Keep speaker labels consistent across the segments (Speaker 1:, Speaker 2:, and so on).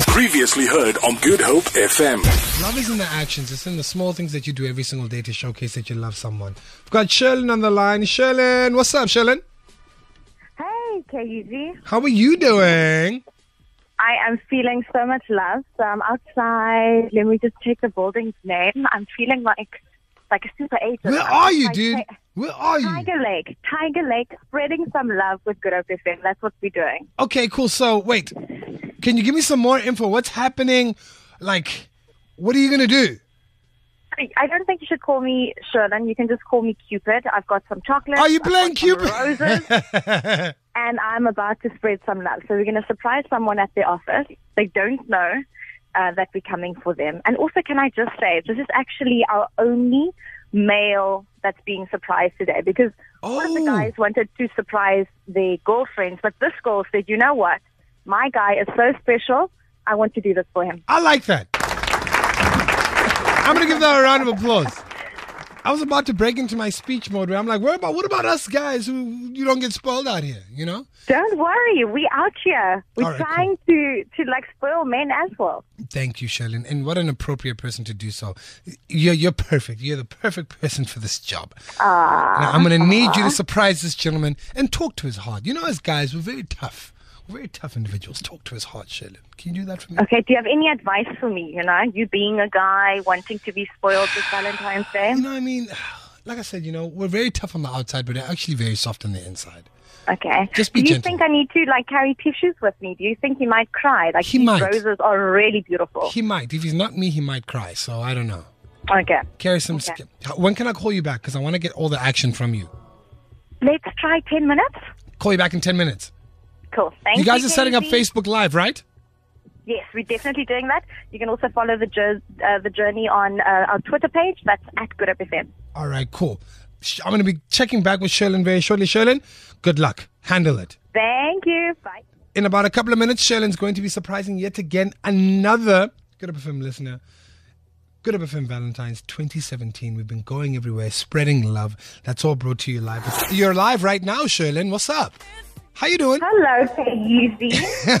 Speaker 1: Previously heard on Good Hope FM.
Speaker 2: Love is in the actions. It's in the small things that you do every single day to showcase that you love someone. We've got Sherlyn on the line. Sherlyn, what's up, Sherlyn?
Speaker 3: Hey, KUZ.
Speaker 2: How are you doing?
Speaker 3: I am feeling so much love. So I'm outside. Let me just check the building's name. I'm feeling like like a super agent.
Speaker 2: Where
Speaker 3: I'm
Speaker 2: are you,
Speaker 3: like
Speaker 2: dude?
Speaker 3: Ti-
Speaker 2: Where are you?
Speaker 3: Tiger Lake, Tiger Lake, spreading some love with Good Hope FM. That's what we're doing.
Speaker 2: Okay, cool. So, wait, can you give me some more info? What's happening? Like, what are you going to do?
Speaker 3: I- I don't think you should call me Sherlyn. You can just call me Cupid. I've got some chocolate.
Speaker 2: Are you playing Cupid?
Speaker 3: roses? and I'm about to spread some love. So we're going to surprise someone at their office. They don't know uh, that we're coming for them. And also, can I just say, this is actually our only male that's being surprised today because all of the
Speaker 2: Oh.
Speaker 3: guys wanted to surprise their girlfriends, but this girl said, you know what? My guy is so special. I want to do this for him.
Speaker 2: I like that. I'm going to give that a round of applause. I was about to break into my speech mode where I'm like, where about, what about us guys who you don't get spoiled out here, you know?
Speaker 3: Don't worry, we out here.
Speaker 2: All
Speaker 3: We're
Speaker 2: right,
Speaker 3: trying to to like spoil men as well.
Speaker 2: Thank you, Sherlyn. And what an appropriate person to do so. You're, you're perfect. You're the perfect person for this job. Now, I'm going to need you to surprise this gentleman and talk to his heart. You know, as guys, we're very tough. We're very tough individuals. Talk to his heart, Sherlyn. Can you do that for me?
Speaker 3: Okay, do you have any advice for me? You know, you being a guy wanting to be spoiled this Valentine's Day.
Speaker 2: You know, what I mean, like I said, you know, we're very tough on the outside, but we're actually very soft on the inside.
Speaker 3: Okay.
Speaker 2: Just be
Speaker 3: do you
Speaker 2: gentle.
Speaker 3: think I need to like carry tissues with me? Do you think he might cry? Like
Speaker 2: He
Speaker 3: these
Speaker 2: might.
Speaker 3: roses are really beautiful.
Speaker 2: He might. If he's not me, he might cry. So I don't know.
Speaker 3: Okay.
Speaker 2: Carry some.
Speaker 3: Okay.
Speaker 2: sk- When can I call you back? Because I want to get all the action from you.
Speaker 3: Let's try ten minutes.
Speaker 2: Call you back in 10 minutes.
Speaker 3: Cool. Thank
Speaker 2: You
Speaker 3: you.
Speaker 2: guys are setting up
Speaker 3: Kenzie.
Speaker 2: Facebook Live, right?
Speaker 3: Yes, we're definitely doing that. You can also follow the jour- uh, the journey on uh, our Twitter page. That's at Good Up FM.
Speaker 2: All right, cool. Sh- I'm going to be checking back with Sherlyn very shortly. Sherlyn, good luck. Handle it.
Speaker 3: Thank you. Bye.
Speaker 2: In about a couple of minutes, Sherlyn's going to be surprising yet again another Good Up FM listener. Good Up FM Valentine's 2017. We've been going everywhere, spreading love. That's all brought to you live. You're live right now, Sherlyn. What's up? How you doing?
Speaker 3: Hello, Peyuzi.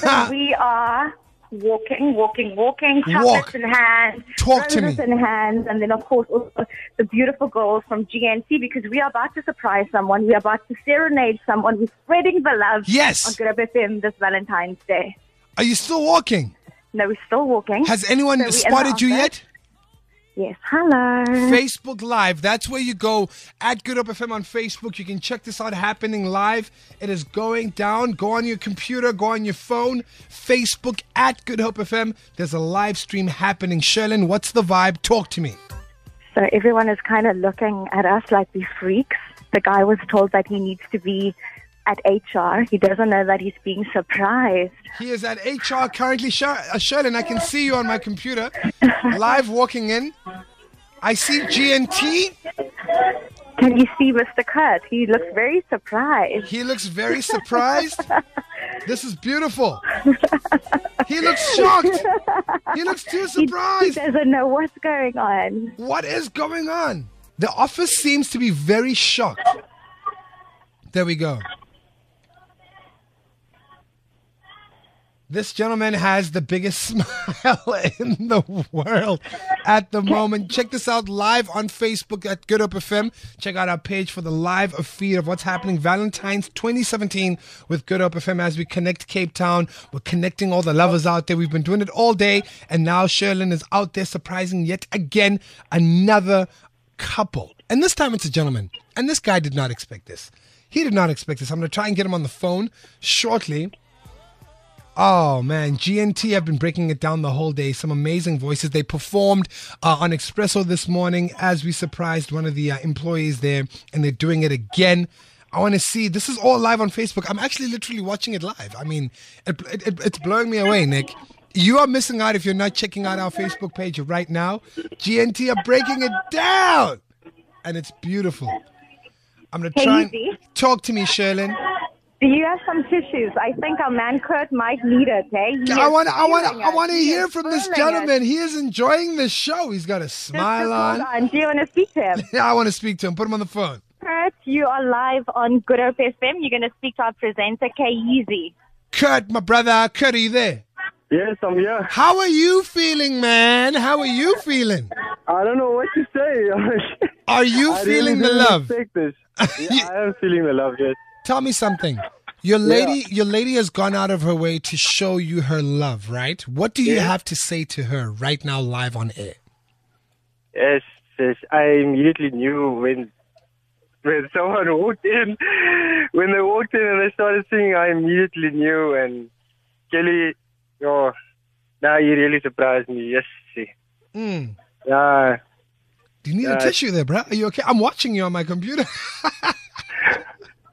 Speaker 3: so we are walking, walking, walking, chocolates
Speaker 2: Walk.
Speaker 3: in hand,
Speaker 2: Talk to
Speaker 3: roses
Speaker 2: me.
Speaker 3: in hand, and then of course also the beautiful girls from GNC because we are about to surprise someone. We are about to serenade someone. We're spreading the love
Speaker 2: Yes.
Speaker 3: on Good Up FM this Valentine's Day.
Speaker 2: Are you still walking?
Speaker 3: No, we're still walking.
Speaker 2: Has anyone
Speaker 3: So we in the
Speaker 2: spotted you yet?
Speaker 3: office. yes. Hello.
Speaker 2: Mm. Facebook Live. That's where you go at Good Up FM on Facebook. You can check this out happening live. It is going down. Go on your computer, go on your phone. Facebook at Good Hope FM. There's a live stream happening. Sherlyn, what's the vibe? Talk to me.
Speaker 3: So everyone is kind of looking at us like we're freaks. The guy was told that he needs to be at HR. He doesn't know that he's being surprised.
Speaker 2: He is at HR currently. Sher- uh, Sherlyn, I can see you on my computer. Live walking in. I see GNT.
Speaker 3: Can you see Mr. Kurt? He looks very surprised.
Speaker 2: He looks very surprised. this is beautiful. He looks shocked. He looks too
Speaker 3: He
Speaker 2: surprised.
Speaker 3: doesn't know what's going on.
Speaker 2: What is going on? The office seems to be very shocked. There we go. This gentleman has the biggest smile in the world at the moment. Check this out live on Facebook at Good Up FM. Check out our page for the live feed of what's happening Valentine's 2017 with Good Up FM as we connect Cape Town. We're connecting all the lovers out there. We've been doing it all day, and now Sherlyn is out there surprising yet again another couple. And this time it's a gentleman. And this guy did not expect this. He did not expect this. I'm going to try and get him on the phone shortly. Oh man, GNT have been breaking it down the whole day. Some amazing voices. They performed uh, on Espresso this morning as we surprised one of the uh, employees there, and they're doing it again. I want to see. This is all live on Facebook. I'm actually literally watching it live. I mean, it, it, it- it's blowing me away, Nick. You are missing out if you're not checking out our Facebook page right now. GNT are breaking it down, and it's beautiful. I'm gonna
Speaker 3: Hey,
Speaker 2: try. And
Speaker 3: Lizzie.
Speaker 2: talk to me, Sherlyn.
Speaker 3: Do you have some tissues? I think our man Kurt might need it, eh? He
Speaker 2: I
Speaker 3: is
Speaker 2: want to, I want to,
Speaker 3: feeling
Speaker 2: I
Speaker 3: it.
Speaker 2: want to
Speaker 3: He
Speaker 2: hear
Speaker 3: is
Speaker 2: from this
Speaker 3: feeling
Speaker 2: gentleman.
Speaker 3: it.
Speaker 2: He is enjoying the show. He's got a
Speaker 3: Just
Speaker 2: smile on.
Speaker 3: hold on. Do you want to speak to him?
Speaker 2: Yeah, I want to speak to him. Put him on the phone.
Speaker 3: Kurt, you are live on Good Hope FM. You're going to speak to our presenter, K Yeezy.
Speaker 2: Kurt, my brother, Kurt, are you there?
Speaker 4: Yes, I'm here.
Speaker 2: How are you feeling, man? How are you feeling?
Speaker 4: I don't know what to say.
Speaker 2: Are you
Speaker 4: I
Speaker 2: feeling
Speaker 4: really
Speaker 2: the
Speaker 4: didn't
Speaker 2: love?
Speaker 4: expect This. Yeah, I am feeling the love. Yes.
Speaker 2: Tell me something. Your lady, your lady has gone out of her way to show you her love, right? What do you
Speaker 4: Yeah.
Speaker 2: have to say to her right now, live on air?
Speaker 4: Yes. Yes. I immediately knew when when someone walked in, when they walked in and they started singing, I immediately knew. And Kelly, oh, now you really surprised me. Yes. see.
Speaker 2: Mm.
Speaker 4: Yeah.
Speaker 2: Do you need a
Speaker 4: Uh,
Speaker 2: tissue there, bruh? Are you okay? I'm watching you on my computer.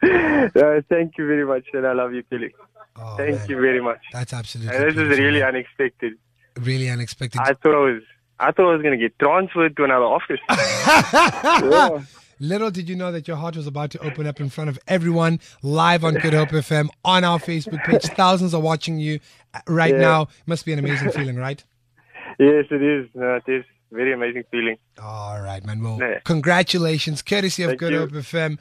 Speaker 4: Uh, thank you very much, and I love you, Kelly.
Speaker 2: Oh,
Speaker 4: Thank
Speaker 2: man.
Speaker 4: you very much.
Speaker 2: That's absolutely.
Speaker 4: And this is
Speaker 2: beautiful,
Speaker 4: really
Speaker 2: man.
Speaker 4: unexpected.
Speaker 2: really unexpected.
Speaker 4: I thought I was, I thought I was gonna get transferred to another office.
Speaker 2: Ah.
Speaker 4: Yeah.
Speaker 2: Little did you know that your heart was about to open up in front of everyone live on Good Hope FM on our Facebook page. Thousands are watching you uh, right
Speaker 4: Yeah.
Speaker 2: now. Must be an amazing feeling, right?
Speaker 4: Yes, it is. No, it is very amazing feeling.
Speaker 2: All right, man. Well,
Speaker 4: Yeah.
Speaker 2: congratulations, courtesy of
Speaker 4: Thank
Speaker 2: Good
Speaker 4: you.
Speaker 2: Hope FM.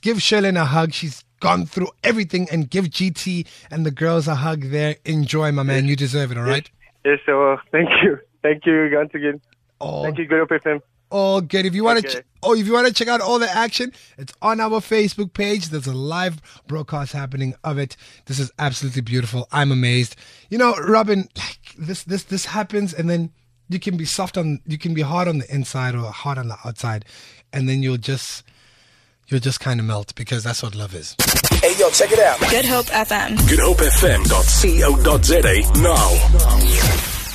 Speaker 2: Give Shirley a hug. She's gone through everything, and give GT and the girls a hug there. Enjoy, my man. You deserve it. All right.
Speaker 4: Yes, so uh, thank you, thank you once again.
Speaker 2: All
Speaker 4: Thank you, Good Hope FM.
Speaker 2: all good. If you want to,
Speaker 4: Okay.
Speaker 2: ch- oh, if you want to check out all the action, it's on our Facebook page. There's a live broadcast happening of it. This is absolutely beautiful. I'm amazed. You know, Robin, like this, this, this happens, and then you can be soft on, you can be hard on the inside or hard on the outside, and then you'll just, you'll just kind of melt because that's what love is.
Speaker 1: Hey, yo, check it out.
Speaker 5: Good Hope FM.
Speaker 1: GoodHopeFM.co.za now.